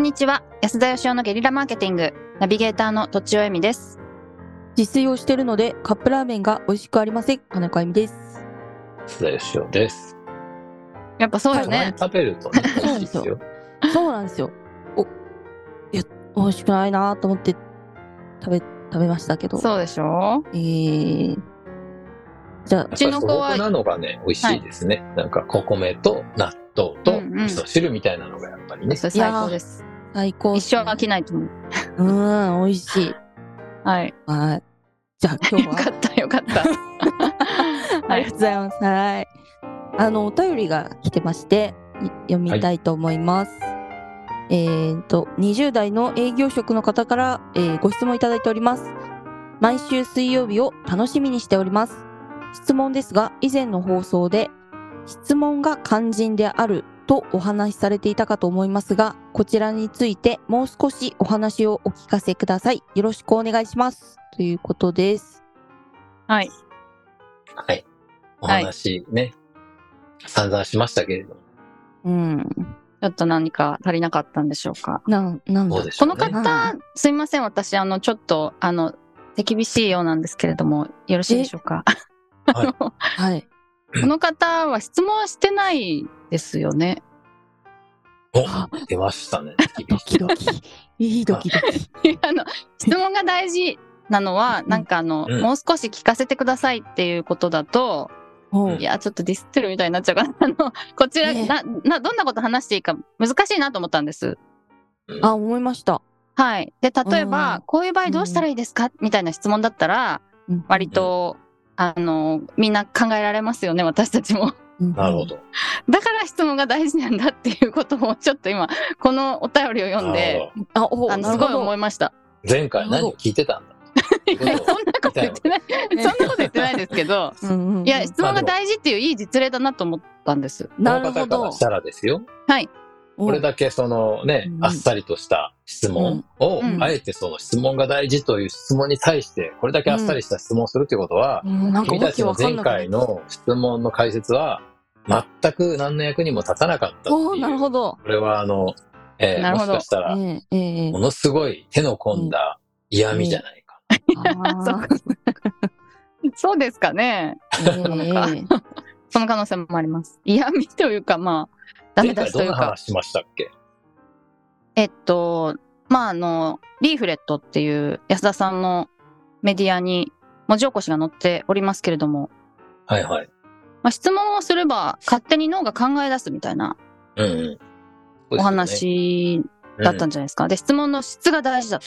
にちは。安田義雄のゲリラマーケティング、ナビゲーターのとちおえみです。実践をしてるのでカップラーメンが美味しくありません田中由美です須田よしおです。やっぱそうよたまねに。食べるとね、そうな美んで味しいですすよよ。そうなんですよおいや美味しくないなと思って食べ食べましたけどそうでしょえー、じゃあうちの子はなのがね、美味しいですね。なんか、お米と納豆とうんうん味噌汁みたいなのがやっぱりね。それ最高です。最高一っす生ね飽きないと思う。うん美味しい はい。はいじゃあ今日よはかった、よかった。あはりがいと。うございます。はい。あの、お便りが来てまして、い読みたいと思います。えーっと、20代の営業職の方から、えーご質問いただいております。毎週水曜日を楽しみにしております。質問ですが、以前の放送で、質問が肝心であるとお話しされていたかと思いますが、こちらについてもう少しお話をお聞かせください。よろしくお願いします。ということです。はい。はい。お話ね、散々しましたけれども、うん。ちょっと何か足りなかったんでしょうか。なん、なんだどうでしょこうのね。方、すいません。私、あの、ちょっと、あの、手厳しいようなんですけれども、よろしいでしょうか。 あの、こはい。の方は質問してないですよね。お、出ましたね。ドキドキ。いいドキドキ。あの質問が大事なのは、うんなんかあの、うんもう少し聞かせてくださいっていうことだと、ほういや、ちょっとディスってるみたいになっちゃうから、 あの、こちら、ねえな、な、どんなこと話していいか難しいなと思ったんです。あ、思いました。はい。で、例えば、うんこういう場合どうしたらいいですか、みたいな質問だったら、うん割と、あの、みんな考えられますよね、私たちも。 うんなるほど。だから質問が大事なんだっていうことを、ちょっと今、このお便りを読んなるで、ほどあ、おあの、すごい思いました。前回何を聞いてたんだ いや、そんなこと言ってない、そんなこと言ってないですけ ど、うんうん。いや、質問が大事っていういい実例だなと思ったんです。なるこのほ方かどらし。たらですよ。これだけそのね、うんあっさりとした質問を、うんあえてその質問が大事という質問に対して、これだけあっさりした質問をするということは、うんなんか君わたちけのわかん前なくなっ回の質問の解説は、全く何の役にも立たなかったっておいーなるう。ほど。これはあの、えーなるもほしどかしたら、ええ、ええも。のすごい手の込んだ嫌味じゃないか。あ そうーそうですかね。ええその可能性もあります。嫌味というか、まあ、ダメ前出回しとどんいうなか。話しましたっけえっと、まあ、あの、リーフレットっていう安田さんのメディアに文字起こしが載っておりますけれども、はいはい。まあ、質問をすれば勝手に脳が考え出すみたいなうんうん。お話だったうんんじゃないですか。で、質問の質が大事だと。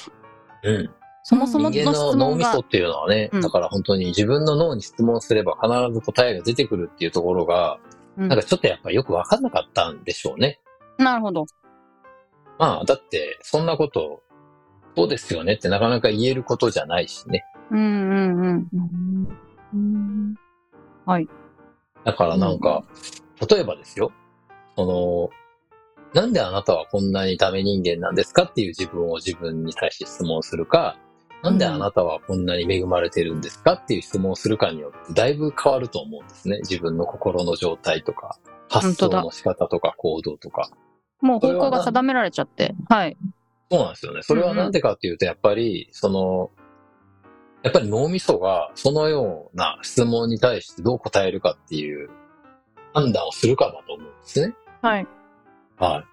うん。そもそもの人間の質脳問みがそ。っていうのはね、うんだから本当に自分の脳に質問すれば必ず答えが出てくるっていうところが、うんなんかちょっとやっぱよくわかんなかったんでしょうね。なるほど。まあ、だって、そんなこと、そうですよねってなかなか言えることじゃないしね。うんうんうん。うんうんだからなんか、例えばですよ、その、なんであなたはこんなにダメ人間なんですかっていう自分を自分に対して質問するか、なんであなたはこんなに恵まれてるんですかっていう質問をするかによってだいぶ変わると思うんですね。自分の心の状態とか、発想の仕方とか行動とか。もう方向が定められちゃって。はい。そうなんですよね。それはなんでかっていうと、やっぱり、その、やっぱり脳みそがそのような質問に対してどう答えるかっていう判断をするかだと思うんですね。はい。は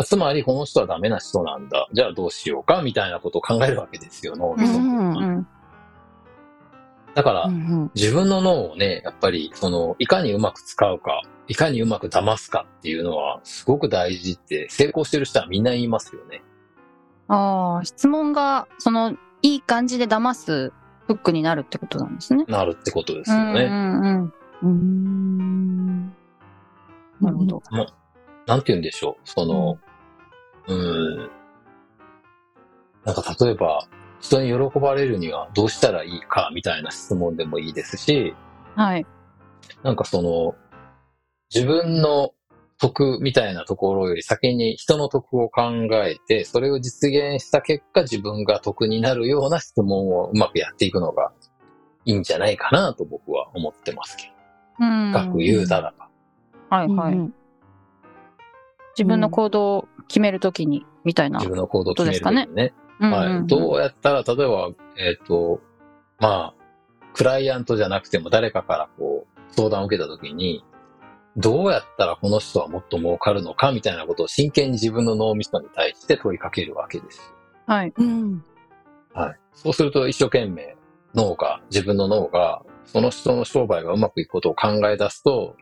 い。つまり、この人はダメな人なんだ。じゃあどうしようかみたいなことを考えるわけですよ、脳みそっていうのは。うん。だから、うん自分の脳をね、やっぱり、その、いかにうまく使うか、いかにうまく騙すかっていうのは、すごく大事って、成功してる人はみんな言いますよね。ああ、質問が、その、いい感じで騙すフックになるってことなんですね。なるってことですよね。うんうんうん。うん。なるほど。なんて言うんでしょう。その、うん。なんか例えば、人に喜ばれるにはどうしたらいいかみたいな質問でもいいですし、はい。なんかその、自分の得みたいなところより先に人の得を考えて、それを実現した結果自分が得になるような質問をうまくやっていくのがいいんじゃないかなと僕は思ってますけうど。ん。深く言うならば。はいはい。うん自分の行動を決めるときに、みたいな。自分の行動を決めるべきだね。うんうんはい。どうやったら、例えば、えっ、と、まあ、クライアントじゃなくても誰かからこう、相談を受けたときに、どうやったらこの人はもっと儲かるのかみたいなことを真剣に自分の脳みそに対して問いかけるわけです。はい。うん。はい。そうすると一生懸命脳が、自分の脳が、その人の商売がうまくいくことを考え出すと、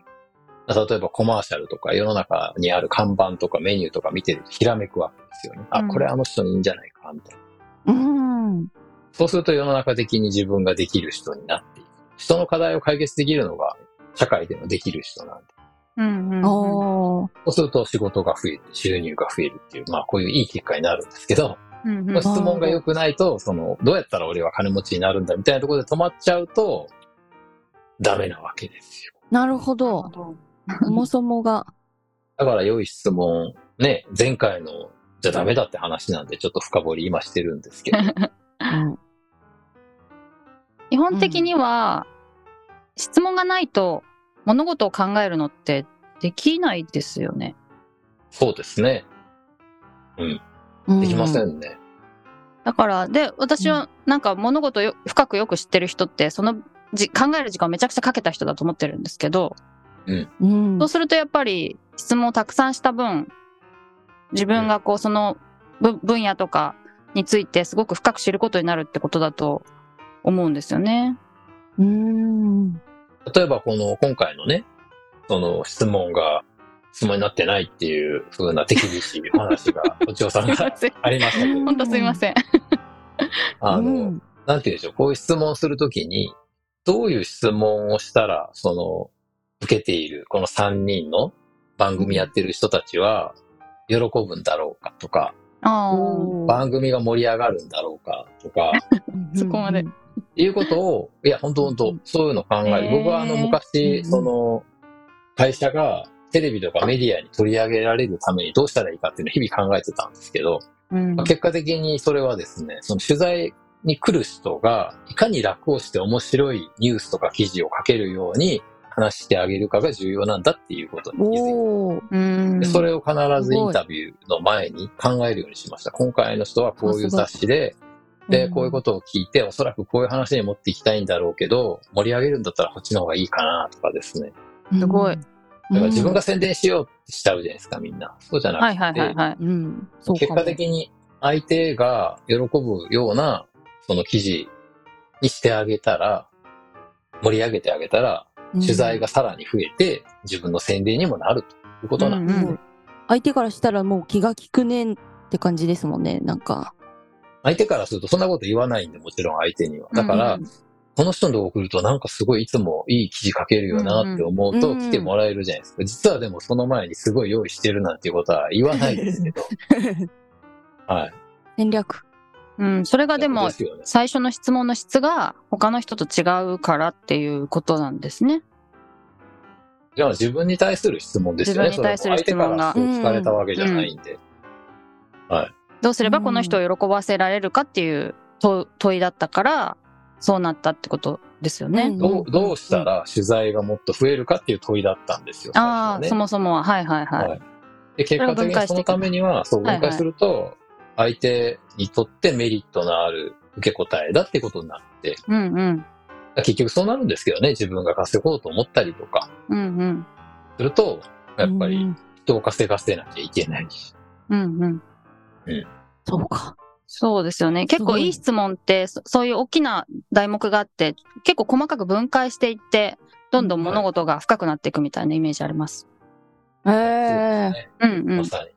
例えばコマーシャルとか世の中にある看板とかメニューとか見てるとひらめくわけですよね。うあ、んこれあの人にいいんじゃないか、みたいな。うん。そうすると世の中的に自分ができる人になっていく。人の課題を解決できるのが社会でのできる人なんで。うんうんうん。ああ。そうすると仕事が増えて、収入が増えるっていう、まあこういういい結果になるんですけど、うんうん質問が良くないと、その、どうやったら俺は金持ちになるんだみたいなところで止まっちゃうと、ダメなわけですよ。なるほ ど。そもそもが。だから良い質問、ね、前回のじゃダメだって話なんで、ちょっと深掘り今してるんです けど、うん基本的には、質問がないと物事を考えるのってできないですよね。そうですね。うできませ。んね。だから、で、私うはなんか物事をよ深くよく知ってる人って、そのじ考える時間をめちゃくちゃかけた人だと思ってるんですけど、うんそう。するとやっぱり質問をたくさんした分、自分がこうそのぶ分野とかについてすごく深く知ることになるってことだと思うんですよね。うん。例えばこの今回のね、その質問が質問になってないっていう風な手厳しい話が、お千代さんがありましたけど、 本当すいません。あの、うんなんて言うんでしょう、こういう質問をするときに、どういう質問をしたら、その、受けているこの3人の番組やってる人たちは、喜ぶんだろうかとか、ああ。番組が盛り上がるんだろうかとか、そこまで。っていうことを、いや、本当本当そういうの考える。へー僕はあの、う昔、んその、会社がテレビとかメディアに取り上げられるためにどうしたらいいかっていうのを日々考えてたんですけど、うんまあ結果的にそれはですね、その取材に来る人が、いかに楽をして面白いニュースとか記事を書けるように話してあげるかが重要なんだっていうことに気づいておお。うんでそれを必ずインタビューの前に考えるようにしました。今回の人はこういう雑誌で、で、こういうことを聞いて、おそらくこういう話に持っていきたいんだろうけど、盛り上げるんだったらこっちの方がいいかなとかですね。とすごい。だから自分がう宣伝しようってしちゃうじゃないですか、みんな。そうじゃなくて、はいはいはいはい。ん。うん。そう結かも果的に相手が喜ぶような、その記事にしてあげたら、盛り上げてあげたら、取材が。さらに増えて、自分の宣伝にもなるということなんうでんんすごい相手からしたらもう気が利くねんって感じですもんね。なんか。相手からするとそんなこと言わないんで、もちろん相手には。だから、うんこの人のとこ来るとなんかすごいいつもいい記事書けるよなって思ううんうとん来てもらえるじゃないですか。実はでもその前にすごい用意してるなんていうことは言わないですけど。 はい。戦略。うん、それがでもすよね最初の質問の質が他の人と違うからっていうことなんですね。じゃあ自分に対する質問ですよね。自分に対する質それは問もうが相手からすごい聞かれたわけじゃないんで。どうすればうんこの人を喜ばせられるかっていう問問いだったからそうなったってことですよね。うんどうどうしたら取材がもっと増えるかっていう問いだったんですよ。最あ初はあ、ねそもそもは。はいはいはい。はいで結果的にそのためには、そう、分解分していく解すると、相手にとってメリットのある受け答えだってことになって、うんうん。結局そうなるんですけどね、自分が稼ごうと思ったりとか、うんうん。すると、やっぱうりん。人を稼がせなきゃいけないし。うんうん。そうか。そうですよね。結すご構いいい質問ってそ、そういう大きな題目があって、結構細かく分解していって、どんどん物事が深くなっていくみたいなイメージあります。えそうえ。ですねうんうまん。さに。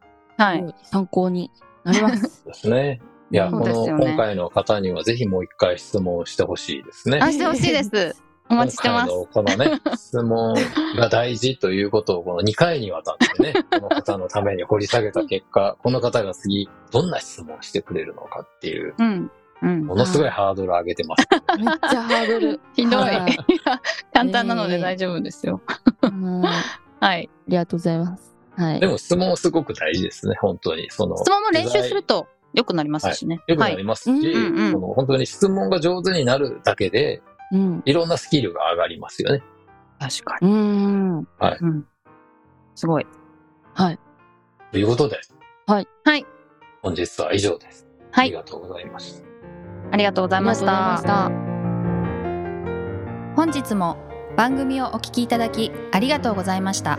はい。参考になり ます。ですね。いや、そうこでの、すよね今回の方にはぜひもう一回質問をしてほしいですね。あ、してほしいです。お待ちしてます。今回 のこのね、質問が大事ということをこの2回にわたっ てね、この方のために掘り下げた結果、この方が次、どんな質問をしてくれるのかっていう、うん。うんも。のすごいハードル上げてます。めっちゃハード ル。ひどい。いはやい 簡単なので大丈夫ですよ。うんあはい。りがとうございます。はいで。も質問すごく大事ですね、本当に。その、質問も練習すると良くなりますしね。よくは。ないりますし、うんうんうんその本当に質問が上手になるだけで、うん。いろんなスキルが上がりますよね。確かうん。に。うん。すごい。はい。ということで、はい。本日は以上です。はありい。がとうございました。ありがとうございましありがとうございまたし。本日も番組をお聞きいただきありがとうございました